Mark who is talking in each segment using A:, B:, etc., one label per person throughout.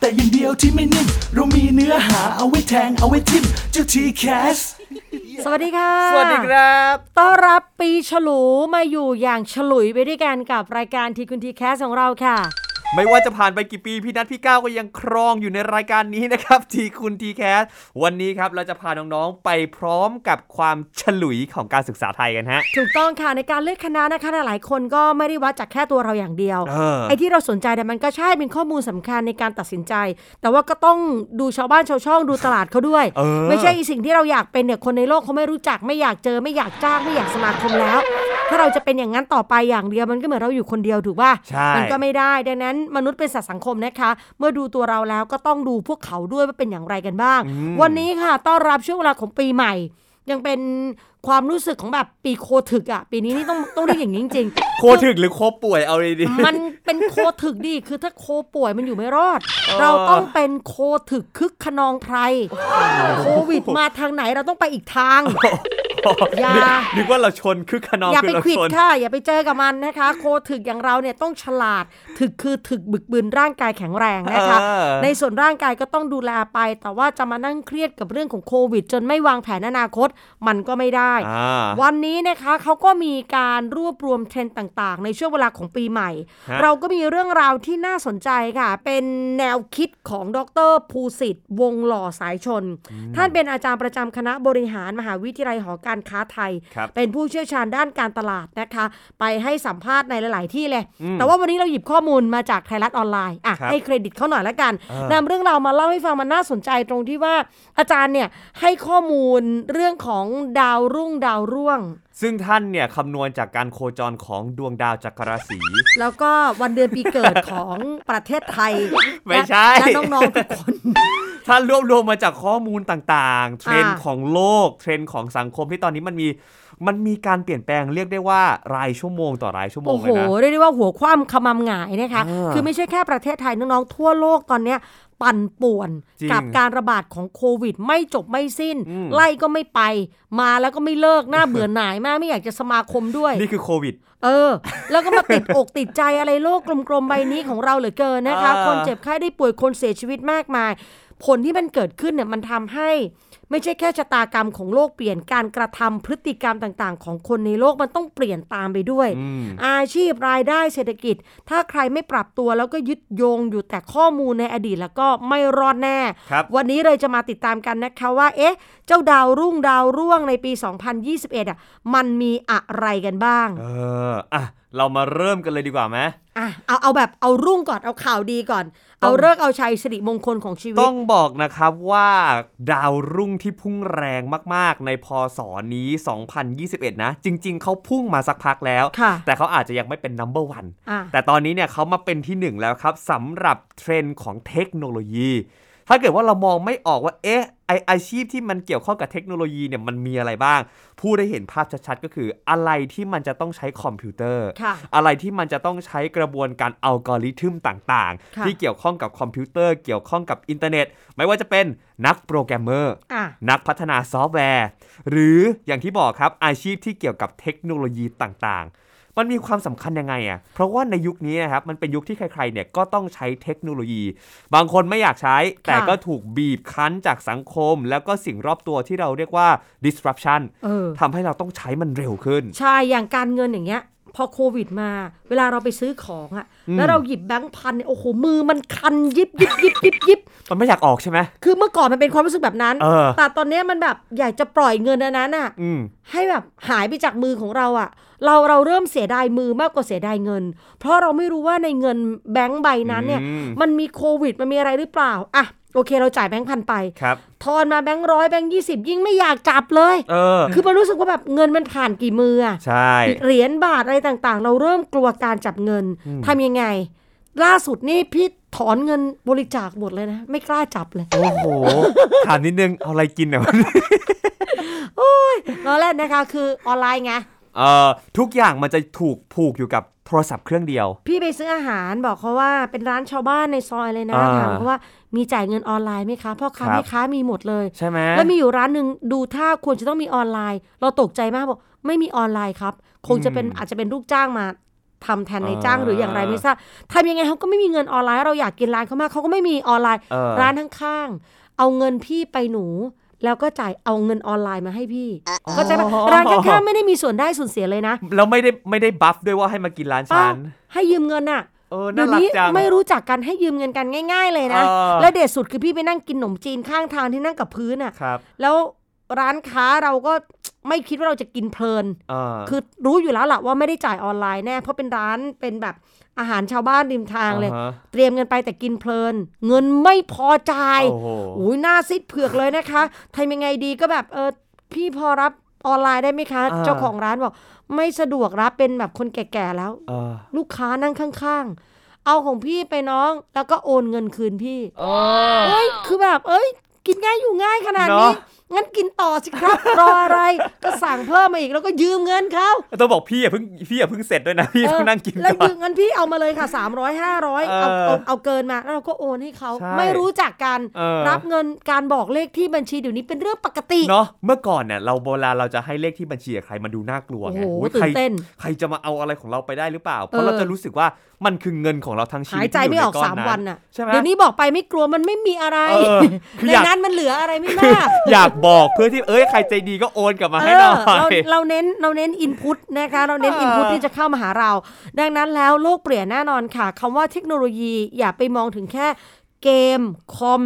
A: แต่อยังเดียวที่ไม่นิ่มเรามีเนื้อหาเอาไว้แทงเอาไว้ทิมเจ้าทีแคส
B: สวัสดีค่ะ
C: สวัสดีครับ
B: ต้อนรับปีฉลูมาอยู่อย่างฉลุยไปด้วยกันกับรายการทีคุณทีแคสของเราค่ะ
C: ไม่ว่าจะผ่านไปกี่ปีพี่นัทพี่ก้าวก็ยังครองอยู่ในรายการนี้นะครับ ทีคุณทีแคสวันนี้ครับเราจะพาน้องๆ ไปพร้อมกับความฉลุยของการศึกษาไทยกันฮะ
B: ถูกต้องค่ะในการเลือกคณะนะคะหลายๆคนก็ไม่ได้วัดจากแค่ตัวเราอย่างเดียว
C: เออ
B: ไอ้ที่เราสนใจแต่ยมันก็ใช่เป็นข้อมูลสำคัญในการตัดสินใจ แต่ว่าก็ต้องดูชาวบ้านชาวช่องดูตลาดเขาด้วย
C: เออ
B: ไม่ใช่สิ่งที่เราอยากเป็นเนี่ยคนในโลกเขาไม่รู้จักไม่อยากเจอไม่อยากจ้างไม่อยากสมาคมแล้ว ถ้าเราจะเป็นอย่างนั้นต่อไปอย่างเดียวมันก็เหมือนเราอยู่คนเดียวถูกป่ะ
C: ใช่
B: มันก็ไม่ได้ ดังนั้นมนุษย์เป็นสัตว์สังคมนะคะ เมื่อดูตัวเราแล้วก็ต้องดูพวกเขาด้วยว่าเป็นอย่างไรกันบ้าง วันนี้ค่ะ ต้อนรับช่วงเวลาของปีใหม่ ยังเป็นความรู้สึกของแบบปีโคถึกอ่ะ ปีนี้นี่ต้องต้องเรียกอย่างนี้จริงๆ
C: โคถึกหรือโคป่วยเอาเลยดิ
B: มันเป็นโคถึกดีคือถ้าโคป่วยมันอยู่ไม่รอด เราต้องเป็นโคถึกคึกขนองไพรโควิดมาทางไหนเราต้องไปอีกทาง อย่า
C: นึกว่าเราชนคึกขนอง
B: อย่า
C: คื
B: ไป
C: อเรา
B: ขวิด
C: ชน
B: ค่ะ อย่าไปเจอกับมันนะคะ โคถึกอย่างเราเนี่ยต้องฉลาดถึกคือถึกบึกบืนร่างกายแข็งแรงนะคะ
C: เออ
B: ในส่วนร่างกายก็ต้องดูแลไป แต่ว่าจะมานั่งเครียดกับเรื่องของโควิด จนไม่วางแผนอนาคต มันก็ไม่ได้
C: อ่า
B: วันนี้นะคะเขาก็มีการรวบรวมเทรนด์ต่างๆ ในช่วงเวลาของปีใหม่
C: ฮะ
B: เราก็มีเรื่องราวที่น่าสนใจค่ะ เป็นแนวคิดของดรภูสิทธิ์วงหล่อสายชน ท่านเป็นอาจารย์ประจำคณะบริหารมหาวิทยาลัยหอการค้าไทย
C: ครับ
B: เป็นผู้เชี่ยวชาญด้านการตลาดนะคะ ไปให้สัมภาษณ์ในหลาย ๆ ที่เลย แต่ว่าวันนี้เราหยิบข้อมูลมาจากไทยรัฐออนไลน์อ่ะ
C: ครับ
B: ให้เครดิตเขาหน่อยละกัน
C: เออน
B: ำเรื่องราวมาเล่าให้ฟังมันน่าสนใจตรงที่ว่าอาจารย์เนี่ยให้ข้อมูลเรื่องของดาวรุ่งดาวร่วง
C: ซึ่งท่านเนี่ยคำนวณจากการโคจรของดวงดาวจักรราศี
B: แล้วก็วันเดือนปีเกิดของประเทศไทย
C: ไม่ใช่
B: และและน้อง ๆ ทุกคน
C: ท่านรวบรวมมาจากข้อมูลต่างๆ เทรนด์
B: อ่า
C: ของโลก เทรนด์ของสังคมที่ตอนนี้มันมี มันมีการเปลี่ยนแปลงเรียกได้ว่ารายชั่วโมงต่อรายชั่วโม
B: โอ้
C: ง
B: โห
C: เลยนะ
B: เรียกได้ว่าหัวคว่ำขมำหงายนะคะ
C: อ่า
B: คือไม่ใช่แค่ประเทศไทยน้องๆทั่วโลกตอนเนี้ยปั่นป่วน
C: จริง
B: กับการระบาดของโควิด ไม่จบไม่สิ้น
C: อืม
B: ไล่ก็ไม่ไป มาแล้วก็ไม่เลิก น่าเบื่อหน่ายมากไม่อยากจะสมาคมด้วย
C: นี่คือโควิด
B: เออ แล้วก็มาติด อกติดใจอะไรโลกกลมๆใบนี้ของเราเหลือเกินนะคะ
C: อ่า
B: คนเจ็บไข้ได้ป่วยคนเสียชีวิตมากมาย ผลที่มันเกิดขึ้นเนี่ยมันทำให้ไม่ใช่แค่ชะตากรรมของโลกเปลี่ยนการกระทำพฤติกรรมต่างๆ ของคนในโลกมันต้องเปลี่ยนตามไปด้วย
C: อืม
B: อาชีพรายได้เศรษฐกิจ ถ้าใครไม่ปรับตัวแล้วก็ยึดโยงอยู่แต่ข้อมูลในอดีตแล้วก็ไม่รอดแน่
C: ครับ
B: วันนี้เลยจะมาติดตามกันนะคะว่า เอ๊ะ เจ้าดาวรุ่งดาวร่วงในปี 2021อ่ะมันมีอะไรกันบ้าง
C: เอออ่ะ เรามาเริ่มกันเลยดีกว่าไหม
B: อ่ะเอาเอาแบบเอารุ่งก่อนเอาข่าวดีก่อน เอาเลิกษ์เอาชัยสิริมงคลของชีวิ
C: ต้
B: ต
C: องบอกนะครับว่าดาวรุ่งที่พุ่งแรงมากๆ ในพศนี้ 2021 นะ จริง ๆ เขาพุ่งมาสักพักแล้ว
B: ค่ะ
C: แต่เขาอาจจะยังไม่เป็น number one
B: อ่ะ
C: แต่ตอนนี้เนี่ยเขามาเป็นที่หนึ่งแล้วครับสำหรับเทรนด์ของเทคโนโลยี ถ้าเกิดว่าเรามองไม่ออกว่า เอ๊ะไออาชีพที่มันเกี่ยวข้องกับเทคโนโลยีเนี่ยมันมีอะไรบ้าง ผู้ได้เห็นภาพชัดๆ ก็คืออะไรที่มันจะต้องใช้คอมพิวเตอร์
B: ค่ะ
C: อะไรที่มันจะต้องใช้กระบวนการอัลกอริทึมต่าง
B: ค่ะ
C: ๆ ที่เกี่ยวข้องกับคอมพิวเตอร์เกี่ยวข้องกับอินเทอร์เน็ต ไม่ว่าจะเป็นนักโปรแกรมเมอร์
B: อ่ะ
C: นักพัฒนาซอฟต์แวร์ หรืออย่างที่บอกครับอาชีพที่เกี่ยวกับเทคโนโลยีต่างๆ มันมีความสำคัญยังไงอ่ะเพราะว่าในยุคนี้นะครับมันเป็นยุคที่ใครๆเนี่ยก็ต้องใช้เทคโนโลยี บางคนไม่อยากใช้ แต่ก็ถูกบีบคั้นจากสังคม แล้วก็สิ่งรอบตัวที่เราเรียกว่า disruption
B: เออ
C: ทำให้เราต้องใช้มันเร็วขึ้น
B: ใช่ อย่างการเงินอย่างเงี้ย พอโควิดมา เวลาเราไปซื้อของอะแล้วเราหยิบแบงค์พันเนี่ยโอ้โห มือมันคันยิบยิบยิบยิบยิบ
C: มันไม่อยากออกใช่ไหม
B: คือเมื่อก่อนมันเป็นความรู้สึกแบบนั้น
C: เออ
B: แต่ตอนเนี้ยมันแบบอยากจะปล่อยเงินอันนั้นอะ
C: อืม
B: ให้แบบหายไปจากมือของเราอะเราเราเริ่มเสียดายมือมากกว่าเสียดายเงิน เพราะเราไม่รู้ว่าในเงินแบงค์ใบนั้นเนี่ย
C: อืม
B: มันมีโควิด มันมีอะไรหรือเปล่าอะโอเค เราจ่ายแบงค์พันไป
C: ครับ
B: ทอนมาแบงค์ร้อยแบงค์ยี่สิบยิ่งไม่อยากจับเลย
C: เออ
B: คือมันรู้สึกว่าแบบเงินมันผ่านกี่มืออะ
C: ใช่
B: เหรียญบาทอะไรต่างๆ เราเริ่มกลัวการจับเงินทำยังไง ล่าสุดนี่พี่ถอนเงินบริจาคหมดเลยนะ ไม่กล้าจับเลย
C: โอ้โห ถามนิดนึง เอาอะไรกินเนี่ยวะ
B: ล้อเล่นนะคะคือออนไลน์ไง
C: เอ่อทุกอย่างมันจะถูกผูกอยู่กับโทรศัพท์เครื่องเดียว
B: พี่ไปซื้ออาหารบอกเขาว่าเป็นร้านชาวบ้านในซอยเลยนะ
C: อ่า
B: ถามเขาว่ามีจ่ายเงินออนไลน์ไหมคะพ่อค้า
C: ครับ
B: แม่ค้ามีหมดเลย
C: ใช่ไหม
B: แล้วมีอยู่ร้านหนึ่งดูท่าควรจะต้องมีออนไลน์ เราตกใจมากบอกไม่มีออนไลน์ครับ คงจะเป็น
C: อืม
B: อาจจะเป็นลูกจ้างมาทำแทนใน
C: อ่า
B: จ้างหรืออย่างไรไม่ทราบทำยังไงเขาก็ไม่มีเงินออนไลน์เราอยากกินร้านเขามากเขาก็ไม่มีออนไลน์
C: เออ
B: ร้านข้างๆเอาเงินพี่ไปหนู แล้วก็จ่ายเอาเงินออนไลน์มาให้พี่ก็จะร้านข้างๆไม่ได้มีส่วนได้ส่วนเสียเลยนะ
C: แล้วไม่ได้ไม่ได้บัฟด้วยว่าให้มากินร้าน
B: ป้า
C: ฉัน
B: ให้ยืมเงินน่ะ
C: เออ
B: เดี๋
C: น่า
B: ยว
C: รัก
B: นี้
C: จัง
B: ไม่รู้จักกันให้ยืมเงินกันง่าย ๆ เลยนะ
C: เออ
B: และเด็ดสุดคือพี่ไปนั่งกินขนมจีนข้างทางที่นั่งกับพื้นอ่ะ
C: ครับ
B: แล้วร้านค้าเราก็ ไม่คิดว่าเราจะกินเพลิน
C: เออ
B: คือรู้อยู่แล้วล่ะว่าไม่ได้จ่ายออนไลน์แน่ เพราะเป็นร้านเป็นแบบอาหารชาวบ้านริมทางเลย
C: อ่าฮะ
B: เตรียมเงินไปแต่กินเพลิน เงินไม่พอจ่าย
C: โอ้โห
B: อุ้ยหน้าซิดเผือกเลยนะคะทำยังไงดีก็แบบเออพี่พอรับออนไลน์ได้ไหมคะ
C: อ่า
B: เจ้าของร้านบอก ไม่สะดวกรับเป็นแบบคนแก่ๆแล้ว
C: เออ
B: ลูกค้านั่งข้างๆ เอาของพี่ไปน้องแล้วก็โอนเงินคืนพี่
C: เออ
B: เอ้ย คือแบบ เอ้ย กินง่ายอยู่ง่ายขนาดนี้
C: เนาะ
B: งั้นกินต่อสิครับ รออะไร ก็สั่งเพิ่มมาอีกแล้วก็ยืมเงินเขา
C: ต้องบอกพี่อย่าเพิ่งพี่อย่าเพิ่งเสร็จด้วยนะ พี่
B: เอ
C: ต้อง
B: อ
C: นั่งกิน
B: แล้ว
C: ก่อ
B: ยื
C: น
B: มเงินพี่เอามาเลยค่ะ 3 0 0 500 เอา
C: เอ
B: เอา
C: อ
B: เอาเกินมา แล้วเราก็โอนให้เขา
C: ใช่
B: ไม่รู้จักกัน
C: เออ
B: รับเงินการบอกเลขที่บัญชีเดี๋ยวนี้เป็นเรื่องปกติ
C: เนาะเมื่อก่อนเนี่ยเราโบราณเราจะให้เลขที่บัญชีกับใครมันดูน่ากลัวไง
B: โอ้โห
C: อุ๊ย
B: ตื่น
C: ใคร
B: เต้น
C: ใครจะมาเอาอะไรของเราไปได้หรือเปล่า เพ
B: เอ
C: ราะ
B: อ
C: เราจะรู้สึกว่ามันคือเงินของเราทั้งชี
B: หา
C: วิ
B: ย
C: ต
B: ใจ
C: ที่อยู่
B: ไม่ออก
C: ใก้
B: 3 วัน
C: น่ะ
B: น่ะ
C: ใช่ไหม
B: เดี๋ยวนี้บอกไปไม่กลัวมันไม่มีอะไร
C: เออคือ
B: ใน
C: อยาก
B: นั้นมันเหลืออะไรไม่
C: คือ
B: มาก
C: อยากบอกเพื่อที่เอ้ยใครใจดีก็โอนกลับมาให้หน่อย
B: เออเราเราเน้นเราเน้นอินพุตนะคะเราเน้น
C: เอออิ
B: อินพุตที่จะเข้ามาหาเรา ดังนั้นแล้วโลกเปลี่ยนแน่นอนค่ะคำว่าเทคโนโลยีอย่าไปมองถึงแค่เกมคอม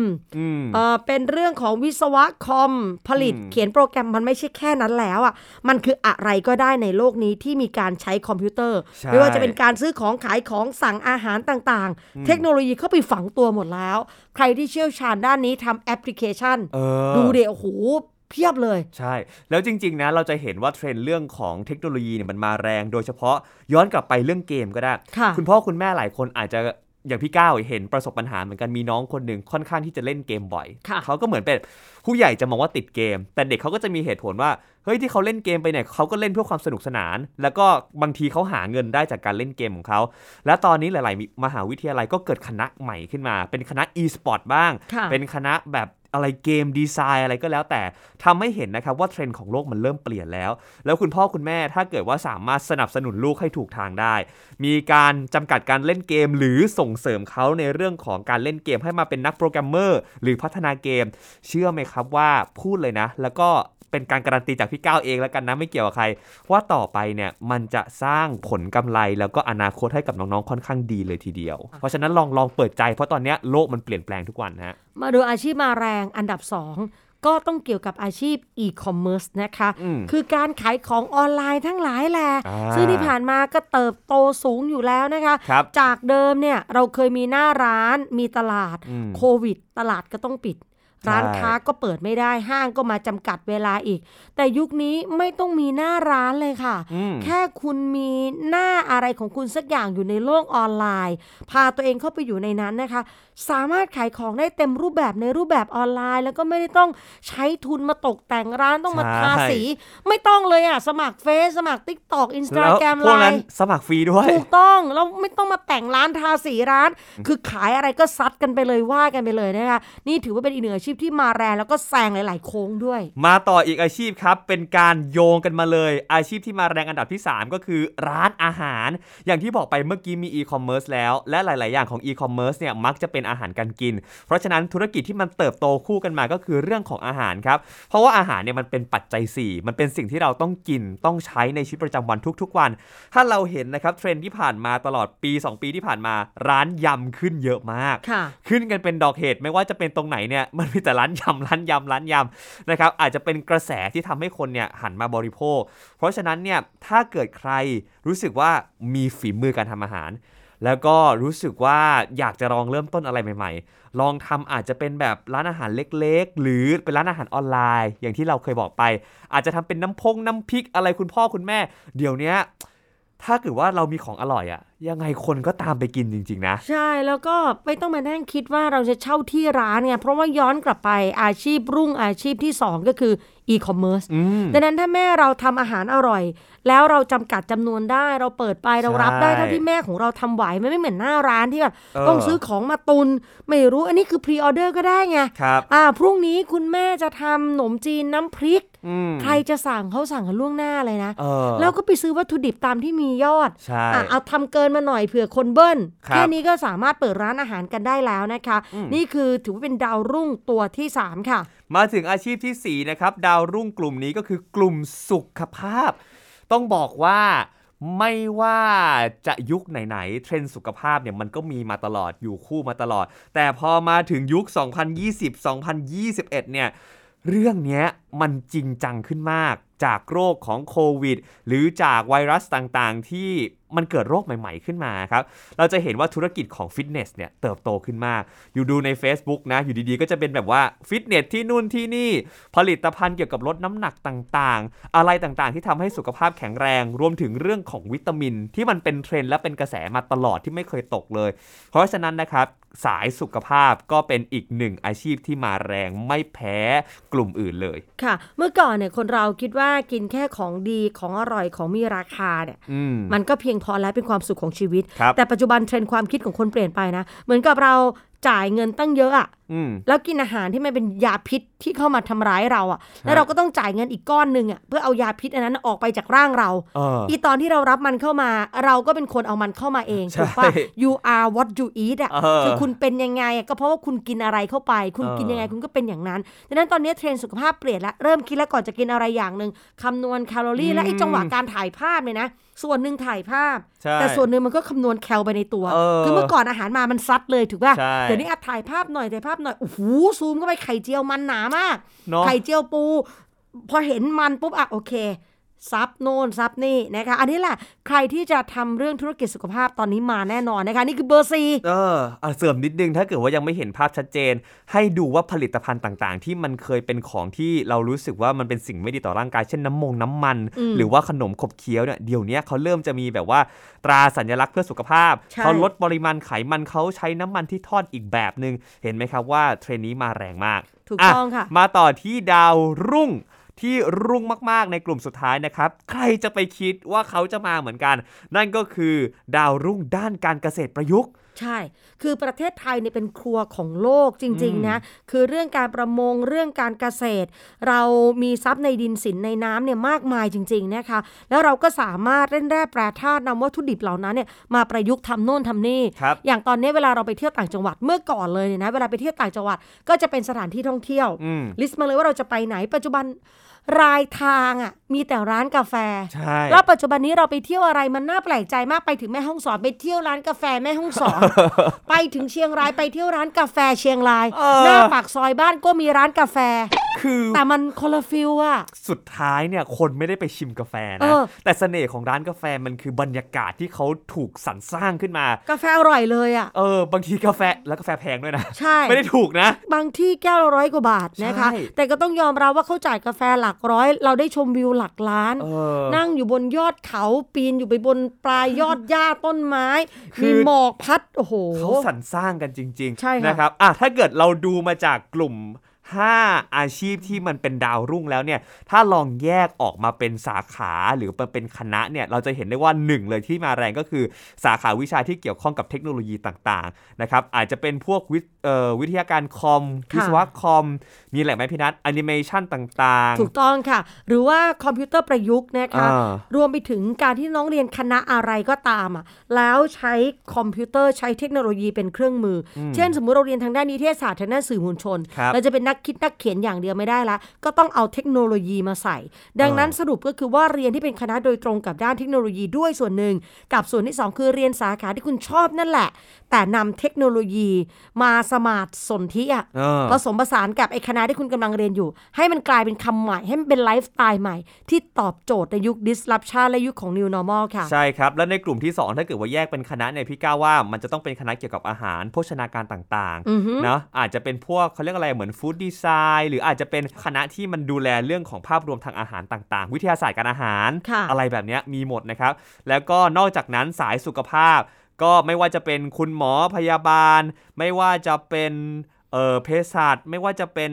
B: เออเป็นเรื่องของวิศวะคอมผลิต
C: อืม
B: เขียนโปรแกรมมันไม่ใช่แค่นั้นแล้วอ่ะมันคืออะไรก็ได้ในโลกนี้ที่มีการใช้คอมพิวเตอร์ ไม่ว่าจะเป็นการซื้อของขายของสั่งอาหารต่างๆ เทคโนโลยีเข้าไปฝังตัวหมดแล้ว ใครที่เชี่ยวชาญด้านนี้ทำแอปพลิเคชัน
C: เออ
B: ดูเดี๋ยวโอ้โหเพียบเลย
C: ใช่ แล้วจริง ๆ นะ เราจะเห็นว่าเทรนด์เรื่องของเทคโนโลยีเนี่ยมันมาแรง โดยเฉพาะย้อนกลับไปเรื่องเกมก็ได้
B: ค่ะ
C: คุณพ่อคุณแม่หลายคนอาจจะอย่างพี่ก้าวเห็นประสบปัญหาเหมือนกันมีน้องคนหนึ่งค่อนข้างที่จะเล่นเกมบ่อย
B: ค่ะ
C: เขาก็เหมือนเป็นผู้ใหญ่จะมองว่าติดเกม แต่เด็กเขาก็จะมีเหตุผลว่า เฮ้ยที่เขาเล่นเกมไปเนี่ยเขาก็เล่นเพื่อความสนุกสนาน แล้วก็บางทีเขาหาเงินได้จากการเล่นเกมของเขา และตอนนี้หลาย ๆ มหาวิทยาลัยก็เกิดคณะใหม่ขึ้นมา เป็นคณะ e-sport บ้าง
B: ค่ะ
C: เป็นคณะแบบอะไรเกมดีไซน์อะไรก็แล้วแต่ทำให้เห็นนะครับว่าเทรนด์ของโลกมันเริ่มเปลี่ยนแล้ว แล้วคุณพ่อคุณแม่ถ้าเกิดว่าสามารถสนับสนุนลูกให้ถูกทางได้ มีการจำกัดการเล่นเกม หรือส่งเสริมเขาในเรื่องของการเล่นเกมให้มาเป็นนักโปรแกรมเมอร์หรือพัฒนาเกม เชื่อไหมครับว่าพูดเลยนะ แล้วก็เป็นการการันตีจากพี่ก้าวเองแล้วกันนะไม่เกี่ยวกับใคร ว่าต่อไปเนี่ยมันจะสร้างผลกำไรแล้วก็อนาคตให้กับน้องๆค่อนข้างดีเลยทีเดียว เพราะฉะนั้นลองลองเปิดใจเพราะตอนเนี้ยโลกมันเปลี่ยนแปลงทุกวันนะฮะ
B: มาดูอาชีพมาแรงอันดับ 2 ก็ต้องเกี่ยวกับอาชีพอีคอมเมิร์ซนะคะ
C: อืม
B: คือการขายของออนไลน์ทั้งหลายแหละ
C: อ่า
B: ซึ่งที่ผ่านมาก็เติบโตสูงอยู่แล้วนะคะ
C: ครับ
B: จากเดิมเนี่ยเราเคยมีหน้าร้านมีตลาด
C: อืม
B: โควิด ตลาดก็ต้องปิด ร้านค้าก็เปิดไม่ได้ห้างก็มาจำกัดเวลาอีก แต่ยุคนี้ไม่ต้องมีหน้าร้านเลยค่ะ
C: อืม
B: แค่คุณมีหน้าอะไรของคุณสักอย่างอยู่ในโลกออนไลน์ พาตัวเองเข้าไปอยู่ในนั้นนะคะ สามารถขายของได้เต็มรูปแบบในรูปแบบออนไลน์ แล้วก็ไม่ได้ต้องใช้ทุนมาตกแต่งร้านต้องมา
C: ใช่
B: ทาสี ไม่ต้องเลยอ่ะ สมัครเฟซสมัคร t ิ k t o k Instagram
C: แล้วพวก
B: ไล
C: นั้น
B: น์
C: สมัครฟรีด้วย
B: ถูกต้อง แล้วไม่ต้องมาแต่งร้านทาสีร้าน คือขายอะไรก็ซัดกันไปเลยว่ากันไปเลยนะคะนี่ถือว่าเป็นอีกหนึ่งอาชีพที่มาแรงแล้วก็แซงหลาย ๆ โค้งด้วย
C: มาต่ออีกอาชีพครับ เป็นการโยงกันมาเลย อาชีพที่มาแรงอันดับที่ 3 ก็คือร้านอาหาร อย่างที่บอกไปเมื่อกี้มีอีคอมเมิร์ซแล้ว และหลาย ๆ อย่างของอีคอมเมิร์ซเนี่ยมักจะเป็นอาหารการกิน เพราะฉะนั้นธุรกิจที่มันเติบโตคู่กันมาก็คือเรื่องของอาหารครับ เพราะว่าอาหารเนี่ยมันเป็นปัจจัย 4 มันเป็นสิ่งที่เราต้องกินต้องใช้ในชีวิตประจำวันทุก ๆ วัน ถ้าเราเห็นนะครับเทรนด์ที่ผ่านมาตลอดปี 2 ปีที่ผ่านมาร้านยำขึ้นเยอะมาก
B: ค่ะ
C: ขึ้นกันเป็นดอกเห็ดไม่ว่าจะเป็นตรงไหนเนี่ย มันมีแต่ร้านยำร้านยำร้านยำนะครับอาจจะเป็นกระแสที่ทำให้คนเนี่ยหันมาบริโภค เพราะฉะนั้นเนี่ยถ้าเกิดใครรู้สึกว่ามีฝีมือการทำอาหาร แล้วก็รู้สึกว่าอยากจะลองเริ่มต้นอะไรใหม่ ๆ ลองทำอาจจะเป็นแบบร้านอาหารเล็กๆ หรือเป็นร้านอาหารออนไลน์ อย่างที่เราเคยบอกไป อาจจะทำเป็นน้ำพงน้ำพริกอะไรคุณพ่อคุณแม่ เดี๋ยวเนี้ย ถ้าเกิดว่าเรามีของอร่อยอะ ยังไงคนก็ตามไปกินจริง ๆ นะ
B: ใช่แล้วก็ไม่ต้องมานั่งคิดว่าเราจะเช่าที่ร้านไงเพราะว่าย้อนกลับไปอาชีพรุ่งอาชีพที่ 2 ก็คืออีคอมเมิร์ซ
C: อืม
B: ดังนั้นถ้าแม่เราทำอาหารอร่อย แล้วเราจำกัดจำนวนได้เราเปิดไปเรารับได้
C: ใช่
B: เท่าที่แม่ของเราทำไหวมันไม่เหมือนหน้าร้านที่แบบ
C: เออ
B: ต้องซื้อของมาตุน ไม่รู้อันนี้คือพรีออเดอร์ก็ได้ไง
C: ครับ
B: อ่าพรุ่งนี้คุณแม่จะทำขนมจีนน้ำพริก
C: อืม
B: ใครจะสั่งเขาสั่งกันล่วงหน้าเลยนะ
C: เออ
B: แล้วก็ไปซื้อวัตถุดิบตามที่มียอด
C: ใช่
B: อ่ะเอาทำเกินมาหน่อยเผื่อคนเบิ้ล
C: ครับ
B: แค่นี้ก็สามารถเปิดร้านอาหารกันได้แล้วนะคะ นี่คือถือว่าเป็นดาวรุ่งตัวที่ 3 ค่ะ
C: มาถึงอาชีพทีสี่4นะครับดาวรุ่งกลุ่มนี้ก็คือกลุ่มสุขภาพ ต้องบอกว่าไม่ว่าจะยุคไหนๆเทรนด์สุขภาพเนี่ยมันก็มีมาตลอดอยู่คู่มาตลอด แต่พอมาถึงยุค 2020-2021 เนี่ย เรื่องเนี้ยมันจริงจังขึ้นมากจากโรคของโควิด หรือจากไวรัสต่างๆ ที่มันเกิดโรคใหม่ๆขึ้นมาครับ เราจะเห็นว่าธุรกิจของฟิตเนสเนี่ยเติบโตขึ้นมาก อยู่ดูใน Facebook นะ อยู่ดีๆ ก็จะเป็นแบบว่าฟิตเนสที่นู่นที่นี่ ผลิตภัณฑ์เกี่ยวกับลดน้ำหนักต่างๆ อะไรต่างๆ ที่ทำให้สุขภาพแข็งแรง รวมถึงเรื่องของวิตามิน ที่มันเป็นเทรนด์และเป็นกระแสมาตลอดที่ไม่เคยตกเลย เพราะฉะนั้นนะครับ สายสุขภาพก็เป็นอีกหนึ่งอาชีพที่มาแรงไม่แพ้กลุ่มอื่นเลย
B: ค่ะ เมื่อก่อนเนี่ยคนเราคิดว่ากินแค่ของดีของอร่อยของมีราคาเนี่ย
C: อืม
B: มันก็เพียงพอแล้วเป็นความสุขของชีวิต
C: ครับ
B: แต่ปัจจุบันเทรนด์ความคิดของคนเปลี่ยนไปนะ เหมือนกับเราจ่ายเงินตั้งเยอะอะ
C: อืม
B: แล้วกินอาหารที่มันเป็นยาพิษที่เข้ามาทำร้ายเราอะแล้วเราก็ต้องจ่ายเงินอีกก้อนหนึ่งอะเพื่อเอายาพิษอันนั้นออกไปจากร่างเรา
C: เออ
B: อีตอนที่เรารับมันเข้ามา เราก็เป็นคนเอามันเข้ามาเอง
C: ใช่
B: ถูกปะ you are what you eat อ่ะ
C: เออ
B: คือคุณเป็นยังไงอะก็เพราะว่าคุณกินอะไรเข้าไป คุณ
C: เออ
B: กินยังไงคุณก็เป็นอย่างนั้นดังนั้นตอนนี้เทรนด์สุขภาพเปลี่ยนละเริ่มคิดแล้วก่อนจะกินอะไรอย่างหนึ่งคำนวณแคลอรี่และไอ้จังหวะการถ่ายภาพเนี่ยนะ ส่วนหนึ่งถ่ายภาพ
C: ใช่
B: แต่ส่วนหนึ่งมันก็คำนวณแคลไปในตัว
C: เออ
B: คือเมื่อก่อนอาหารมามันซัดเลยถูกป่ะ
C: ใช่
B: เดี๋ยวนี้อัดถ่ายภาพหน่อยถ่ายภาพหน่อยโอ้โหซูมเข้าไปไข่เจียวมันหนามาก
C: เนอะ
B: ไข่เจียวปู พอเห็นมันปุ๊บอ่ะโอเค ซับโน่นซับนี่นะคะ อันนี้แหละใครที่จะทำเรื่องธุรกิจสุขภาพตอนนี้มาแน่นอนนะคะ นี่คือเบอร์ซี
C: เอออ่ะเสริมนิดนึงถ้าเกิดว่ายังไม่เห็นภาพชัดเจน ให้ดูว่าผลิตภัณฑ์ต่างๆ ที่มันเคยเป็นของที่เรารู้สึกว่ามันเป็นสิ่งไม่ดีต่อร่างกายเช่นน้ำมงน้ำมัน
B: อืม
C: หรือว่าขนมขบเคี้ยวเนี่ยเดี๋ยวเนี้ยเขาเริ่มจะมีแบบว่าตราสัญลักษณ์เพื่อสุขภาพ
B: ใช่
C: เขาลดปริมาณไขมันเขาใช้น้ำมันที่ทอดอีกแบบหนึ่งเห็นไหมครับว่าเทรนด์นี้มาแรงมาก
B: ถูกต้องค่ะ
C: มาต่อที่ดาวรุ่งที่รุ่งมากๆ ในกลุ่มสุดท้ายนะครับ ใครจะไปคิดว่าเขาจะมาเหมือนกัน นั่นก็คือดาวรุ่งด้านการเกษตรประยุกต์
B: ใช่ คือประเทศไทยเนี่ยเป็นครัวของโลกจริง ๆ นะ คือเรื่องการประมง เรื่องการเกษตร เรามีทรัพย์ในดินสินในน้ำเนี่ยมากมายจริง ๆ นะคะ แล้วเราก็สามารถเล่นแร่แปรธาตุนำวัตถุดิบเหล่านั้นเนี่ยมาประยุกต์ทำโน่นทำนี่
C: ครับ
B: อย่างตอนนี้เวลาเราไปเที่ยวต่างจังหวัดเมื่อก่อนเลยเนี่ยนะ เวลาไปเที่ยวต่างจังหวัดก็จะเป็นสถานที่ท่องเที่ยว
C: อืม
B: ลิสต์มาเลยว่าเราจะไปไหนปัจจุบันรายทางอ่ะมีแต่ร้านกาแฟ
C: ใช่
B: แล้วปัจจุบันนี้เราไปเที่ยวอะไรมันน่าแปลกใจมากไปถึงแม่ฮ่องสอนไปเที่ยวร้านกาแฟแม่ฮ่องสอน ไปถึงเชียงรายไปเที่ยวร้านกาแฟเชียงราย
C: เออ
B: หน้าปากซอยบ้านก็มีร้านกาแฟ
C: คือ
B: แต่มันคนละฟิลอะ
C: สุดท้ายเนี่ยคนไม่ได้ไปชิมกาแฟนะ แต่เสน่ห์ของร้านกาแฟมันคือบรรยากาศที่เขาถูกสรรสร้างขึ้นมา
B: กาแฟอร่อยเลยอะ
C: เออ บางทีกาแฟแล้วกาแฟแพงด้วยนะ
B: ใช่
C: ไม่ได้ถูกนะ
B: บางที่แก้วละร้อยกว่าบาทนะคะ
C: ใช่
B: แต่ก็ต้องยอมรับว่าเขาจ่ายกาแฟหลักร้อย เราได้ชมวิวหลักล้าน
C: เออ
B: นั่งอยู่บนยอดเขาปีนอยู่ไปบนปลายยอดหญ้าต้นไม้
C: คือ
B: มีหมอกพัด โอ้โห
C: เขาสรรสร้างกันจริง
B: ใช่ค่ะ
C: นะครับอ่ะถ้าเกิดเราดูมาจากกลุ่ม 5 อาชีพที่มันเป็นดาวรุ่งแล้วเนี่ย ถ้าลองแยกออกมาเป็นสาขาหรือมาเป็นคณะเนี่ย เราจะเห็นได้ว่า 1 เลยที่มาแรงก็คือสาขาวิชาที่เกี่ยวข้องกับเทคโนโลยีต่างๆนะครับ อาจจะเป็นพวกวิทย์เอ่อวิทยาการคอม วิศวะคอม มีแหละไหมพี่นัทแอนิเมชันต่างๆ
B: ถูกต้องค่ะ หรือว่าคอมพิวเตอร์ประยุกต์นะคะ
C: อ่าร
B: วมไปถึงการที่น้องเรียนคณะอะไรก็ตามอ่ะ แล้วใช้คอมพิวเตอร์ใช้เทคโนโลยีเป็นเครื่องมืออเช่น สมมุติเราเรียนทางด้านนิเทศศาสตร์ทางด้านสื่อมวลชน
C: ครับ
B: เราจะเป็นนักคิดนักเขียนอย่างเดียวไม่ได้ละ ก็ต้องเอาเทคโนโลยีมาใส่ ดังนั้นสรุปก็คือว่าเรียนที่เป็นคณะโดยตรงกับด้านเทคโนโลยีด้วยส่วนหนึ่ง กับส่วนที่สองคือเรียนสาขาที่คุณชอบนั่นแหละ แต่นำเทคโนโลยีมาสมาร์ทสนธิอ่ะ
C: เออ
B: ผสมผสานกับไอ้คณะที่คุณกำลังเรียนอยู่ ให้มันกลายเป็นคำใหม่ ให้มันเป็นไลฟ์สไตล์ใหม่ ที่ตอบโจทย์ในยุค disruption และยุคของ new normal ค่ะ
C: ใช่ครับ แล้วในกลุ่มที่ 2 ถ้าเกิดว่าแยกเป็นคณะเนี่ยพี่ก้าวว่ามันจะต้องเป็นคณะเกี่ยวกับอาหาร โภชนาการต่าง
B: อือฮึ
C: ๆนะอาจจะเป็นพวกเขาเรียกอะไรเหมือนฟู้ดด ดีไซน์หรืออาจจะเป็นคณะที่มันดูแลเรื่องของภาพรวมทางอาหารต่างๆ วิทยาศาสตร์การอาหาร
B: ค่ะ
C: อะไรแบบเนี้ยมีหมดนะครับ แล้วก็นอกจากนั้นสายสุขภาพ ก็ไม่ว่าจะเป็นคุณหมอพยาบาล ไม่ว่าจะเป็นเอ่อเภสัชไม่ว่าจะเป็น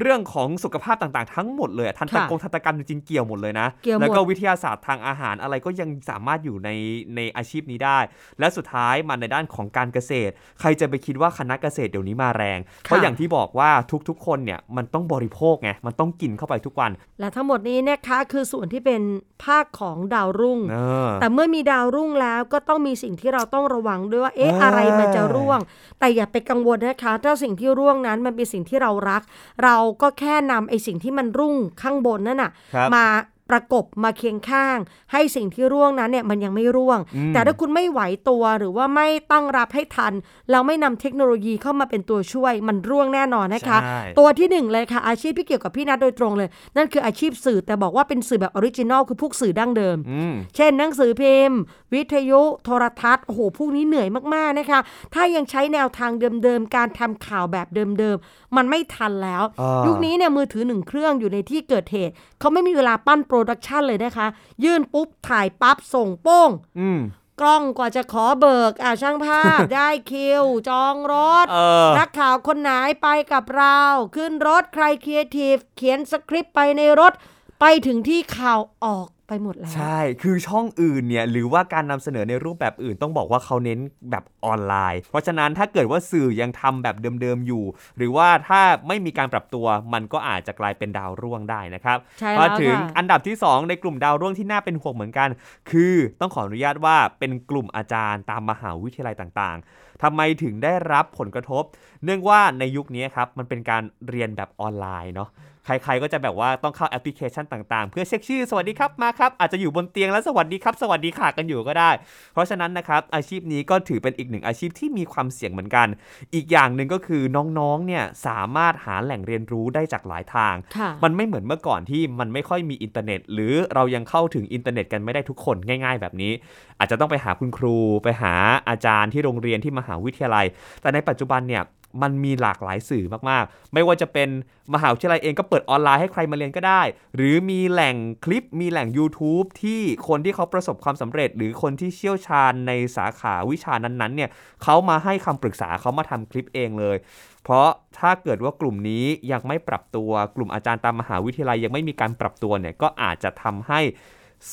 C: เรื่องของสุขภาพต่างๆ ทั้งหมดเลยอะทันต
B: ค่ะ
C: กงทันตกรรมจริงๆเกี่ยวหมดเลยนะ
B: เกี่ยวหมด
C: แล้วก็วิทยาศาสตร์ทางอาหารอะไรก็ยังสามารถอยู่ในในอาชีพนี้ได้ และสุดท้ายมาในด้านของการเกษตร ใครจะไปคิดว่าคณะเกษตรเดี๋ยวนี้มาแรง เพราะอย่างที่บอกว่าทุกๆ คนเนี่ยมันต้องบริโภคไงมันต้องกินเข้าไปทุกวัน
B: และทั้งหมดนี้นะคะคือส่วนที่เป็นภาคของดาวรุ่ง
C: เออ
B: แต่เมื่อมีดาวรุ่งแล้วก็ต้องมีสิ่งที่เราต้องระวังด้วยว่าเอ๊ะ
C: อ่า
B: อะไรมันจะร่วง แต่อย่าไปกังวลนะคะถ้าสิ่งที่ร่วงนั้นมันเป็นสิ่งที่เรารัก เราก็แค่นำไอ้สิ่งที่มันรุ่งข้างบนนั่นน่ะ
C: ครับ
B: มาประกบมาเคียงข้าง ให้สิ่งที่ร่วงนั้นเนี่ยมันยังไม่ร่วง
C: อืม
B: แต่ถ้าคุณไม่ไหวตัวหรือว่าไม่ตั้งรับให้ทัน เราไม่นำเทคโนโลยีเข้ามาเป็นตัวช่วย มันร่วงแน่นอนนะคะ
C: ใช่
B: ตัวที่หนึ่งเลยค่ะ อาชีพที่เกี่ยวกับพี่นัทโดยตรงเลย นั่นคืออาชีพสื่อแต่บอกว่าเป็นสื่อแบบออริจินอลคือพวกสื่อดั้งเดิม
C: อืม
B: เช่นหนังสือพิมพ์ วิทยุโทรทัศน์โอ้โหพวกนี้เหนื่อยมาก ๆ นะคะ ถ้ายังใช้แนวทางเดิม ๆ การทำข่าวแบบเดิม ๆ มันไม่ทันแล้ว
C: อ่ายุ
B: ยุคนี้เนี่ยมือถือหนึ่งเครื่องอยู่ในที่เกิดเหตุ เขาไม่มีเวลาปั้นโปรดักชันเลยนะคะ ยื่นปุ๊บ ถ่ายปั๊บ ส่งโป้ง
C: อืม
B: กล้องกว่าจะขอเบิกอ่าช่างภา พ ได้คิว จองรถ
C: เออ
B: นักข่าวคนไหนไปกับเรา ขึ้นรถใครครีเอทีฟเขียนสคริปต์ไปในรถ ไปถึงที่ข่าวออกไปหมดแล้ว
C: ใช่ คือช่องอื่นเนี่ยหรือว่าการนำเสนอในรูปแบบอื่นต้องบอกว่าเขาเน้นแบบออนไลน์ เพราะฉะนั้นถ้าเกิดว่าสื่อยังทำแบบเดิมๆอยู่ หรือว่าถ้าไม่มีการปรับตัวมันก็อาจจะกลายเป็นดาวร่วงได้นะครับ
B: ใช่แล้ว
C: มาถึง
B: ค่ะ
C: อันดับที่ 2 ในกลุ่มดาวร่วงที่น่าเป็นห่วงเหมือนกัน คือต้องขออนุญาตว่าเป็นกลุ่มอาจารย์ตามมหาวิทยาลัยต่างๆทำไมถึงได้รับผลกระทบ เนื่องว่าในยุคนี้ครับมันเป็นการเรียนแบบออนไลน์เนาะ ใครๆ ก็จะแบบว่าต้องเข้าแอปพลิเคชันต่างๆ เพื่อเช็คชื่อสวัสดีครับมาครับ อาจจะอยู่บนเตียงแล้วสวัสดีครับ สวัสดีค่ะกันอยู่ก็ได้ เพราะฉะนั้นนะครับอาชีพนี้ก็ถือเป็นอีกหนึ่งอาชีพที่มีความเสี่ยงเหมือนกัน อีกอย่างหนึ่งก็คือน้องๆ เนี่ยสามารถหาแหล่งเรียนรู้ได้จากหลายทาง
B: ค่ะ
C: มันไม่เหมือนเมื่อก่อนที่มันไม่ค่อยมีอินเทอร์เน็ต หรือเรายังเข้าถึงอินเทอร์เน็ตกันไม่ได้ทุกคนง่าย ๆ แบบนี้ อาจจะต้องไปหาคุณครูไปหาอาจารย์ที่โรงเรียนที่มหาวิทยาลัย แต่ในปัจจุบันเนี่ยมันมีหลากหลายสื่อมากๆ ไม่ว่าจะเป็นมหาวิทยาลัยเองก็เปิดออนไลน์ให้ใครมาเรียนก็ได้ หรือมีแหล่งคลิปมีแหล่ง YouTube ที่คนที่เขาประสบความสำเร็จ หรือคนที่เชี่ยวชาญในสาขาวิชานั้นๆเนี่ยเขามาให้คำปรึกษาเขามาทำคลิปเองเลย เพราะถ้าเกิดว่ากลุ่มนี้ยังไม่ปรับตัวกลุ่มอาจารย์ตามมหาวิทยาลัยยังไม่มีการปรับตัวเนี่ยก็อาจจะทำให้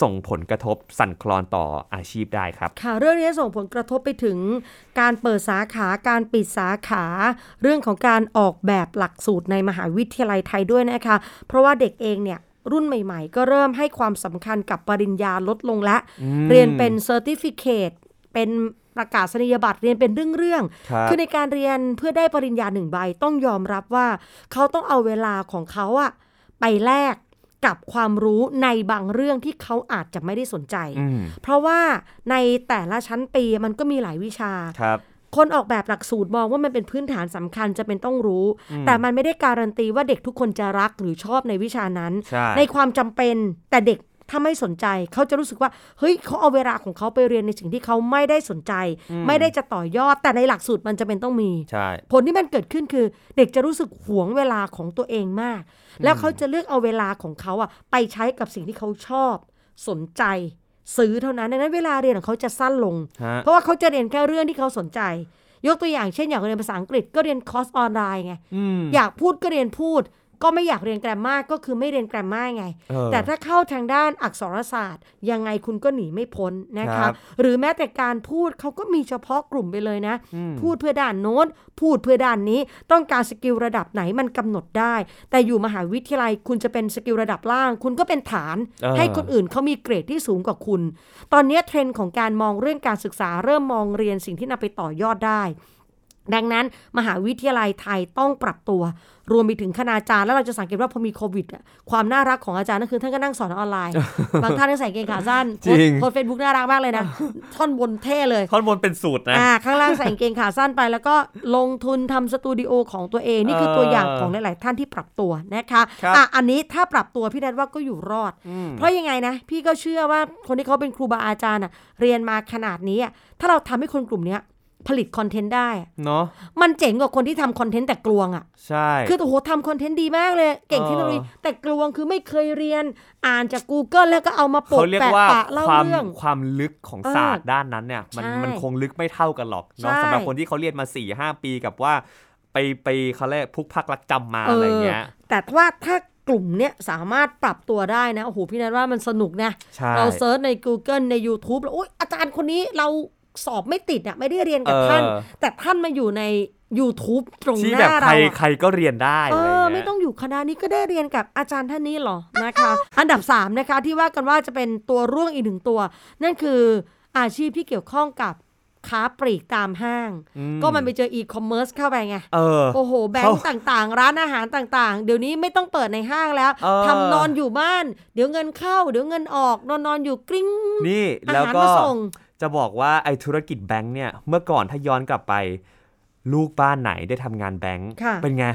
C: ส่งผลกระทบสั่นคลอนต่ออาชีพได้ครับ
B: ค่ะเรื่องนี้ส่งผลกระทบไปถึงการเปิดสาขาการปิดสาขา เรื่องของการออกแบบหลักสูตรในมหาวิทยาลัยไทยด้วยนะคะ เพราะว่าเด็กเองเนี่ยรุ่นใหม่ๆ ก็เริ่มให้ความสำคัญกับปริญญาลดลงและเรียนเป็นเซอร์ติฟิเคเป็นประกาศนียบัตรเรียนเป็นเรื่องๆ
C: ครับ
B: อในการเรียนเพื่อได้ปริญญาหนึ่งใบต้องยอมรับว่า เขาต้องเอาเวลาของเขาอะไปแลกกับความรู้ในบางเรื่องที่เขาอาจจะไม่ได้สนใจ
C: อืม
B: เพราะว่าในแต่ละชั้นปีมันก็มีหลายวิชา
C: ครับ
B: คนออกแบบหลักสูตรมองว่ามันเป็นพื้นฐานสำคัญจะเป็นต้องรู้ แต่มันไม่ได้การันตีว่าเด็กทุกคนจะรักหรือชอบในวิชานั้น
C: ใช่
B: ความจำเป็นแต่เด็กถ้าไม่สนใจ เขาจะรู้สึกว่าเฮ้ยเขาเอาเวลาของเขาไปเรียนในสิ่งที่เขาไม่ได้สนใจ ไม่ได้จะต่อยอด แต่ในหลักสูตรมันจะเป็นต้องมี
C: ใช่
B: ผลที่มันเกิดขึ้นคือ เด็กจะรู้สึกหวงเวลาของตัวเองมาก แล้วเขาจะเลือกเอาเวลาของเขาอะไปใช้กับสิ่งที่เขาชอบ สนใจ ซื้อเท่านั้นดังนั้นเวลาเรียนของเขาจะสั้นลง
C: ฮะ
B: เพราะว่าเขาจะเรียนแค่เรื่องที่เขาสนใจ ยกตัวอย่างเช่น อยากเรียนภาษาอังกฤษก็เรียนคอร์สออนไลน์ไง
C: อืม
B: อยากพูดก็เรียนพูด ก็ไม่อยากเรียนแกรมมาก็คือไม่เรียนแกรมมาไง
C: เออ
B: แต่ถ้าเข้าทางด้านอักษรศาสตร์ ยังไงคุณก็หนีไม่พ้นนะ
C: ครั
B: คะ
C: บ
B: หรือแม้แต่การพูดเขาก็มีเฉพาะกลุ่มไปเลยนะ พูดเพื่อด้านโน้น พูดเพื่อด้านนี้ ต้องการสกิลระดับไหนมันกำหนดได้ แต่อยู่มหาวิทยาลัยคุณจะเป็นสกิลระดับล่าง คุณก็เป็นฐาน
C: เออ
B: ให้คนอื่นเขามีเกรดที่สูงกว่าคุณ ตอนนี้เทรนด์ของการมองเรื่องการศึกษาเริ่มมองเรียนสิ่งที่นำไปต่อยอดได้ ดังนั้นมหาวิทยาลัยไทยต้องปรับตัว รวมไปถึงคณาจารย์แล้วเราจะสังเกตว่าพอมีโควิดอะความน่ารักของอาจารย์ก็คือท่านก็นั่งสอนออนไล น์ บางท่านก็ใส่กางเกงขาสั้นโพสต์
C: จริง
B: โพสเฟซบุ๊กน่ารักมาก เลยนะ ท่อนบนเท่เลย
C: ท่อนบนเป็นสูตรนะ
B: อ่าข้างล่างใส่กางเกงขาสั้นไป แล้วก็ลงทุนทำสตูดิโอของตัวเอง นี่คือ
C: เออ
B: ตัวอย่างของหลาย ๆ ท่านที่ปรับตัวนะคะ
C: ครับ
B: อ่ะอันนี้ถ้าปรับตัวพี่นัทว่าก็อยู่รอด เพราะยังไงนะ พี่ก็เชื่อว่าคนที่เขาเป็นครูบาอาจารย์อะเรียนมาขนาดนี้อะถ้าเราทำให้คนกลุ่มเนี้ย ผลิตคอนเทนต์ได้
C: เนาะ
B: มันเจ๋งกว่าคนที่ทำคอนเทนต์แต่กลวงอะ่ะ
C: ใช่
B: คือโอ้โหทำคอนเทนต์ดีมากเลย เก่ง
C: เออ
B: เทคโนโลยีแต่กลวงคือไม่เคยเรียน อ่านจาก Google แล้วก็เอามาโปะ
C: เขาเรียก
B: แปะ
C: ว่า
B: ปะเล่า
C: ความ
B: เรื่อง
C: ความลึกของศาสตร์ด้านนั้นเนี่ยมัน
B: ใช่
C: มันคงลึกไม่เท่ากันหรอกเนาะ
B: ใช่
C: สำหรับคนที่เขาเรียนมา4ี่หปีกับว่า ไปไปเขาเรียกพลุกพักรักจำมาอะไรเงี้ย
B: แต่ว่าถ้ากลุ่มเนี้ยสามารถปรับตัวได้นะ โอ้โห พี่นัทว่ามันสนุกนะ
C: ใช่
B: เราเซิร์ชใน Google ใน YouTube แล้วโอ๊ยอาจารย์คนนี้เราสอบไม่ติดอะไม่ได้เรียนกับท่าน
C: เออ
B: แต่ท่านมาอยู่ใน YouTube ตรง
C: ที่
B: ห
C: แบ
B: น้า
C: บใค
B: เรา
C: ร
B: อะ
C: ใครก็เรียนได้
B: เอ
C: อะไร
B: อ
C: เงี้ย
B: ไม่ต้องอยู่คณะนี้ก็ได้เรียนกับอาจารย์ท่านนี้เหรอนะคะ อันดับ 3 นะคะที่ว่ากันว่าจะเป็นตัวร่วงอีกหนึ่งตัว นั่นคืออาชีพที่เกี่ยวข้องกับค้าปลีกตามห้าง
C: อืม
B: ก็มันไปเจออีคอมเมิร์ซเข้าไปไง
C: เออ
B: โอ้โห แบงค์ต่างๆ ร้านอาหารต่างๆ เดี๋ยวนี้ไม่ต้องเปิดในห้างแล้ว
C: เออ
B: ทำนอนอยู่บ้าน เดี๋ยวเงินเข้า เดี๋ยวเงินออก นอนนอนอยู่กริ้ง
C: นี่
B: อา
C: แล้ว
B: หาร
C: ก็
B: มาส่ง
C: จะบอกว่าไอ้ธุรกิจแบงค์เนี่ยเมื่อก่อนถ้าย้อนกลับไป ลูกบ้านไหนได้ทำงานแบงค์
B: ค่ะ
C: เป็นไง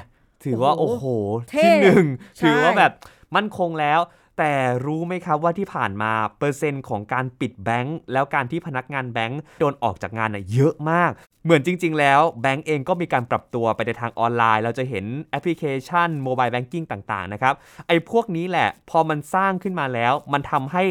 C: ถือว่า
B: โอ้
C: โอ้
B: โห
C: โห
B: เท่
C: ที่หนึ่ง
B: ใช่
C: ถือว่าแบบมั่นคงแล้ว แต่รู้ไหมครับว่าที่ผ่านมาเปอร์เซ็นต์ของการปิดแบงค์แล้วการที่พนักงานแบงค์โดนออกจากงานน่ะเยอะมาก เหมือนจริง ๆ แล้วแบงค์เองก็มีการปรับตัวไปในทางออนไลน์ เราจะเห็นแอปพลิเคชันโมบายแบงกิ้งต่างๆนะครับไอ้พวกนี้แหละพอมันสร้างขึ้นมาแล้ว มันทำให้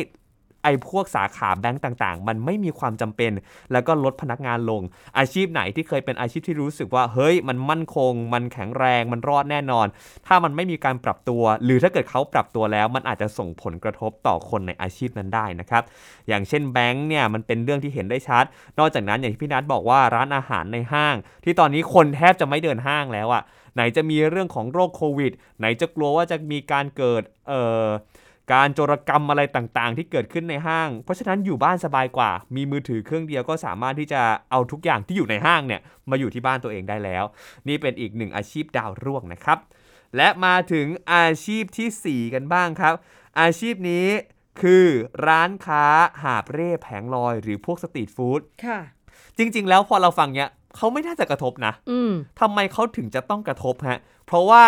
C: ไอ้พวกสาขาแบงก์ต่างๆ มันไม่มีความจำเป็น แล้วก็ลดพนักงานลง อาชีพไหนที่เคยเป็นอาชีพที่รู้สึกว่า เฮ้ย มันมั่นคง มันแข็งแรง มันรอดแน่นอน ถ้ามันไม่มีการปรับตัว หรือถ้าเกิดเขาปรับตัวแล้ว มันอาจจะส่งผลกระทบต่อคนในอาชีพนั้นได้นะครับ อย่างเช่นแบงก์เนี่ย มันเป็นเรื่องที่เห็นได้ชัด นอกจากนั้นอย่างที่พี่นัทบอกว่าร้านอาหารในห้าง ที่ตอนนี้คนแทบจะไม่เดินห้างแล้วอะ่ะ ไหนจะมีเรื่องของโรคโควิด ไหนจะกลัวว่าจะมีการเกิด เอ่อ การโจรกรรมอะไรต่างๆ ที่เกิดขึ้นในห้าง เพราะฉะนั้นอยู่บ้านสบายกว่า มีมือถือเครื่องเดียวก็สามารถที่จะเอาทุกอย่างที่อยู่ในห้างเนี่ยมาอยู่ที่บ้านตัวเองได้แล้ว นี่เป็นอีกหนึ่งอาชีพดาวร่วงนะครับ และมาถึงอาชีพทีสี่4 กันบ้างครับ อาชีพนี้คือร้านค้าหาบเร่แผงลอยหรือพวกสตรีทฟู้ด
B: ค่ะ
C: จริง ๆ แล้วพอเราฟังเนี่ยเขาไม่น่าจะกระทบนะ
B: อืม
C: ทำไมเขาถึงจะต้องกระทบฮะ เพราะว่า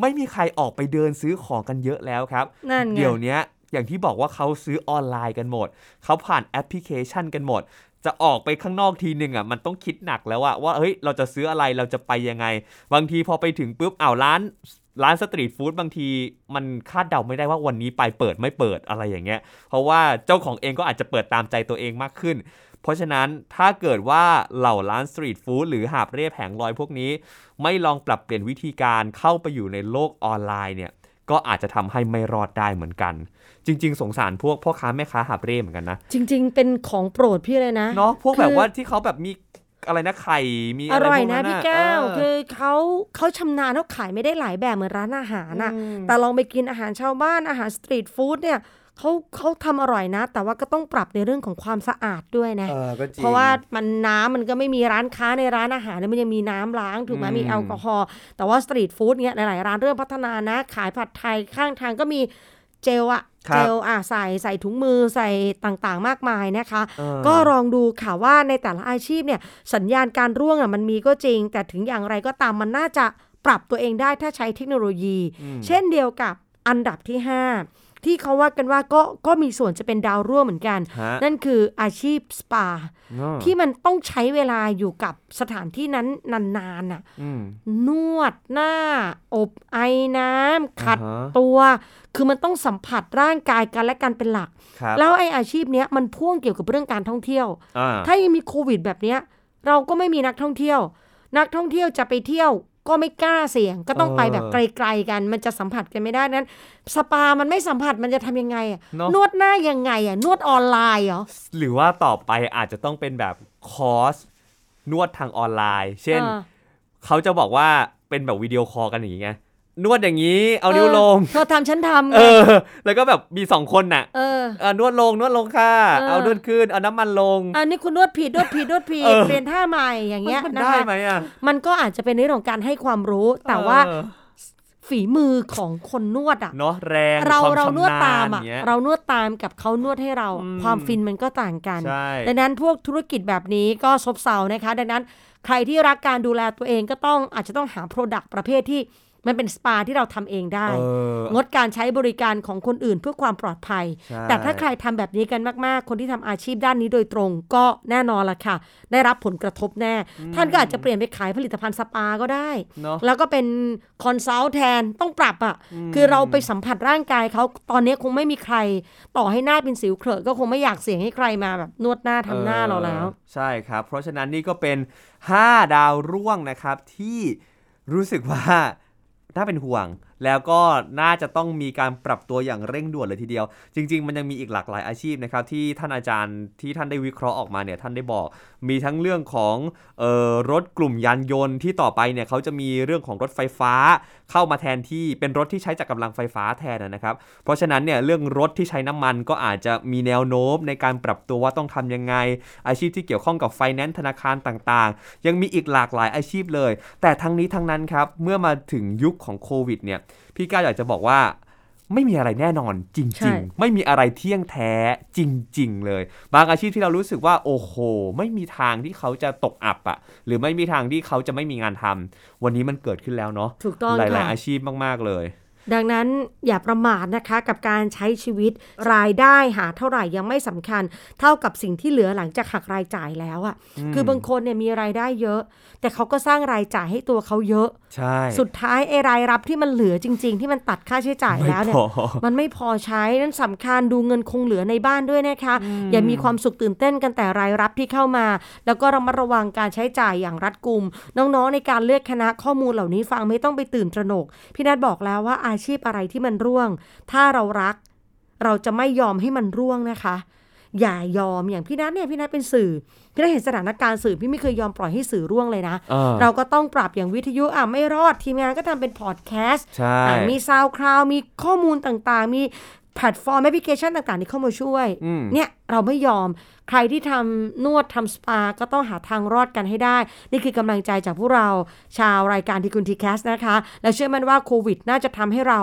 C: ไม่มีใครออกไปเดินซื้อของกันเยอะแล้วครับ
B: นั่นไง
C: เดี๋ยวเนี้ยอย่างที่บอกว่าเขาซื้อออนไลน์กันหมด เขาผ่านแอปพลิเคชันกันหมด จะออกไปข้างนอกทีหนึ่งอ่ะมันต้องคิดหนักแล้วว่าว่าเฮ้ยเราจะซื้ออะไรเราจะไปยังไง บางทีพอไปถึงปุ๊บอ้าวร้าน ร้านสตรีทฟู้ดบางทีมันคาดเดาไม่ได้ว่าวันนี้ไปเปิดไม่เปิดอะไรอย่างเงี้ย เพราะว่าเจ้าของเองก็อาจจะเปิดตามใจตัวเองมากขึ้น เพราะฉะนั้นถ้าเกิดว่าเหล่าร้านสตรีทฟู้ดหรือหาบเร่แผงลอยพวกนี้ ไม่ลองปรับเปลี่ยนวิธีการเข้าไปอยู่ในโลกออนไลน์เนี่ย ก็อาจจะทำให้ไม่รอดได้เหมือนกัน จริง ๆ สงสารพวกพ่อค้าแม่ค้าหาบเร่เหมือนกันนะ
B: จริง ๆ เป็นของโปรดพี่เลยนะ
C: เนาะพวก
B: คือ
C: แบบว่าที่เขาแบบมีอะไรนะไข่มี
B: อ
C: อะไร
B: ร่อย
C: พวก
B: นะ
C: นั้น
B: พี่
C: น่ะ
B: แก้ว
C: เอ
B: คือ อเขาเขาชำนาญเขาขายไม่ได้หลายแบบเหมือนร้านอาหารน่ะ
C: อืม
B: แต่ลองไปกินอาหารชาวบ้านอาหารสตรีทฟู้ดเนี่ยเขาเขาทำอร่อยนะ แต่ว่าก็ต้องปรับในเรื่องของความสะอาดด้วยนะ
C: เออก็จง
B: เพราะว่ามันน้ำมันก็ไม่มีร้านค้าในร้านอาหารเนี่ยมันยังมีน้ำล้างถูกไหม
C: อืม
B: มีแอลกอฮอล์แต่ว่าสตรีทฟู้ดเนี่ยหลายๆร้านเริ่มพัฒนานะ ขายผัดไทยข้างทางก็มีเจลอะเจลอะใส่ใส่ถุงมือใส่ต่างๆ มากมายนะคะ
C: เออ
B: ก็ลองดูค่ะว่าในแต่ละอาชีพเนี่ยสัญญาณการร่วงอ่ะมันมีก็จริง แต่ถึงอย่างไรก็ตามมันน่าจะปรับตัวเองได้ถ้าใช้เทคโนโลยี
C: อืม
B: เช่นเดียวกับอันดับที่ 5 ที่เขาว่ากันว่าก็ก็มีส่วนจะเป็นดาวร่วงเหมือนกัน
C: ฮะ
B: นั่นคืออาชีพสปา
C: เนอะ
B: ที่มันต้องใช้เวลาอยู่กับสถานที่นั้นนานๆน่ะ
C: อืม
B: นวดหน้า อบไอน้ำขัด
C: อ่าฮะ
B: ตัว คือมันต้องสัมผัสร่างกายกันและกันเป็นหลัก
C: ครับ
B: แล้วไออาชีพเนี้ยมันพ่วงเกี่ยวกับเรื่องการท่องเที่ยว
C: อ่า
B: ถ้ายังมีโควิดแบบเนี้ยเราก็ไม่มีนักท่องเที่ยว นักท่องเที่ยวจะไปเที่ยวก็ไม่กล้าเสี่ยง ก็ต้อง
C: เออ
B: ไปแบบไกลๆกัน มันจะสัมผัสกันไม่ได้นั้น สปามันไม่สัมผัสมันจะทำยังไงอะ
C: เนอะ
B: นวดหน้ายังไงอ่ะนวดออนไลน์เหรอ
C: หรือว่าต่อไปอาจจะต้องเป็นแบบคอร์สนวดทางออนไลน์ เช่น
B: อ่า
C: เขาจะบอกว่าเป็นแบบวิดีโอคอลกันอย่างงี้ไงนวดอย่างนี้ เอานิ้วลง
B: เออเธอทำฉันทำไง
C: เออ แล้วก็แบบมีสองคนน่ะ
B: เออ
C: เออนวดลงนวดลงค่ะ
B: เออ
C: เอานวดขึ้น เอาน้ำมันลง
B: อันนี้คุณนวดผิดนวดผิดนวดผิด
C: เออ
B: เปลี่ยนท่าใหม่อย่างเงี้ย
C: มัน
B: นะ
C: ได้
B: คะ
C: ไหมอ่ะ
B: มันก็อาจจะเป็นเรื่องของการให้ความรู้ แต่ว่า
C: เออ
B: ฝีมือของคนนวดอ่ะ
C: เนาะแรง
B: เรา
C: คม
B: เรานวด
C: ชำญ
B: ตามอ่ะ
C: ย่งงี้ย
B: เรานวดตามกับเขานวดให้เรา
C: อืม
B: ความฟินมันก็ต่างกัน
C: ใช่
B: ดังนั้นพวกธุรกิจแบบนี้ก็ซบเซานะคะ ดังนั้นใครที่รักการดูแลตัวเองก็ต้องอาจจะต้องหาโปรดักต์ประเภทที่ มันเป็นสปาที่เราทำเองได้
C: เออ
B: งดการใช้บริการของคนอื่นเพื่อความปลอดภัย
C: ใช่
B: แต่ถ้าใครทำแบบนี้กันมากๆ คนที่ทำอาชีพด้านนี้โดยตรงก็แน่นอนล่ะค่ะ ได้รับผลกระทบแน่ ท่านก็อาจจะเปลี่ยนไปขายผลิตภัณฑ์สปาก็ได้
C: เนาะ
B: แล้วก็เป็นคอนซัลท์แทนต้องปรับอะ่ะ คือเราไปสัมผัสร่างกายเขาตอนนี้คงไม่มีใคร ต่อให้หน้าเป็นสิวเขรอะก็คงไม่อยากเสี่ยงให้ใครมาแบบนวดหน้าทำหน้าเราแล้ว
C: ออใช่ครับ เพราะฉะนั้นนี่ก็เป็น 5 ดาวร่วงนะครับที่รู้สึกว่า น่าเป็นห่วง แล้วก็น่าจะต้องมีการปรับตัวอย่างเร่งด่วนเลยทีเดียว จริง ๆ มันยังมีอีกหลากหลายอาชีพนะครับที่ท่านอาจารย์ที่ท่านได้วิเคราะห์ออกมาเนี่ยท่านได้บอก มีทั้งเรื่องของเออรถกลุ่มยานยนต์ที่ต่อไปเนี่ยเขาจะมีเรื่องของรถไฟฟ้า เข้ามาแทนที่เป็นรถที่ใช้จากกำลังไฟฟ้าแทนนะครับ เพราะฉะนั้นเนี่ยเรื่องรถที่ใช้น้ำมันก็อาจจะมีแนวโน้มในการปรับตัวว่าต้องทำยังไง อาชีพที่เกี่ยวข้องกับไฟแนนซ์ธนาคารต่างๆ ยังมีอีกหลากหลายอาชีพเลย แต่ทั้งนี้ทั้งนั้นครับ เมื่อมาถึงยุคของโควิดเนี่ยพี่ก้าวอยากจะบอกว่า ไม่มีอะไรแน่นอนจ
B: ใช่
C: ริง ๆ ไม่มีอะไรเที่ยงแท้จริง ๆ เลย บางอาชีพที่เรารู้สึกว่าโอ้โห ไม่มีทางที่เขาจะตกอับอะหรือไม่มีทางที่เขาจะไม่มีงานทำวันนี้มันเกิดขึ้นแล้วเนาะ
B: ถูกต้อง
C: หลา
B: ค่ะ
C: ย ๆ อาชีพมากๆเลย
B: ดังนั้นอย่าประมาทนะคะกับการใช้ชีวิตรายได้หาเท่าไหร่ยังไม่สำคัญ เท่ากับสิ่งที่เหลือหลังจากหักรายจ่ายแล้วอะ่ะคือบางคนเนี่ยมีรายได้เยอะ แต่เขาก็สร้างรายจ่ายให้ตัวเขาเยอะ
C: ใช่
B: สุดท้ายไอรายรับที่มันเหลือจริง ๆ ที่มันตัดค่าใช้จ่ายแล้วเนี่ย
C: พอ
B: มันไม่พอใช้นั่นสำคัญดูเงินคงเหลือในบ้านด้วยนะคะ อย่ามีความสุขตื่นเต้นกันแต่รายรับที่เข้ามา แล้วก็ระมัดระวังการใช้จ่ายอย่างรัดกุม น้องๆ ในการเลือกคณะข้อมูลเหล่านี้ฟังไม่ต้องไปตื่นตระหนก พี่นัทบอกแล้วว่าอาชีพอะไรที่มันร่วง ถ้าเรารัก เราจะไม่ยอมให้มันร่วงนะคะ อย่ายอมอย่างพี่นัทเนี่ยพี่นัทเป็นสื่อพี่นัทเห็นสถานการณ์สื่อพี่ไม่เคยยอมปล่อยให้สื่อร่วงเลยนะ
C: อ่า
B: เราก็ต้องปรับอย่างวิทยุอ่ะไม่รอดทีมงานก็ทำเป็นพอดแคสต์
C: ใช่
B: อ่ะมีซาวคลาวมีข้อมูลต่างๆ มีแพลตฟอร์มแอปพลิเคชันต่างๆ ที่เข้ามาช่วย
C: อืม
B: เนี่ย เราไม่ยอมใครที่ทำนวดทำสปา ก็ต้องหาทางรอดกันให้ได้ นี่คือกำลังใจจากพวกเราชาวรายการทีคุณทีแคสนะคะ และเชื่อมั่นว่าโควิดน่าจะทำให้เรา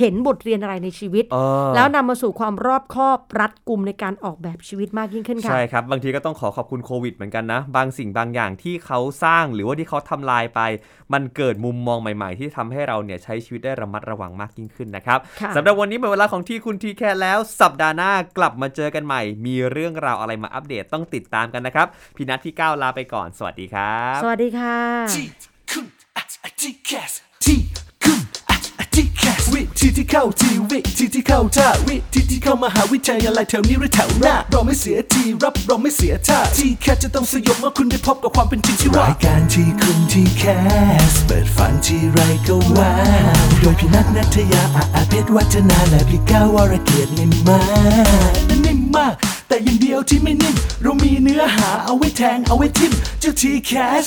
B: เห็นบทเรียนอะไรในชีวิต
C: เออ
B: แล้วนำมาสู่ความรอบคอบรัดกุมในการออกแบบชีวิตมากยิ่งขึ้นค่ะ
C: ใช่ครับ บางทีก็ต้องขอขอบคุณโควิดเหมือนกันนะ บางสิ่งบางอย่างที่เขาสร้างหรือว่าที่เขาทำลายไป มันเกิดมุมมองใหม่ๆ ที่ทำให้เราเนี่ยใช้ชีวิตได้ระมัดระวังมากยิ่งขึ้นนะครับ
B: ค่ะ
C: สำหรับวันนี้หมดเวลาของที่คุณทีแคแล้ว สัปดาห์หน้ากลับมาเจอกันใหม่ มีเรื่องราวอะไรมาอัปเดตต้องติดตามกันนะครับพี่นัทที่ก้าวลาไปก่อนสวัสดีครับ
B: สวัสดีค่ะ
A: ที่คุณอาจอาจที่แคสที่คุณอาจอาจที่แคสวิธีที่เข้าทีวิธีที่เข้าท่าวิธีที่เข้ามหาวิทยาลัยแถวนี้หรือแถวหน้าเราไม่เสียทีรับเราไม่เสียท่าที่แคสจะต้องสยบเมื่อคุณได้พบกับความเป็นจริงที่ว่ารายการที่คุณที่แคสเปิดฝันที่ไรก็ว้าวโดยพี่นัทนัทยาอาอาเพชรวัฒนาและพี่ก้าววรเกียรตินิ่มมากนิ่มมาก แต่อย่างเดียวที่ไม่นิ่มเรามีเนื้อหาเอาไว้แทงเอาไว้ทิมเจ้าทีแคส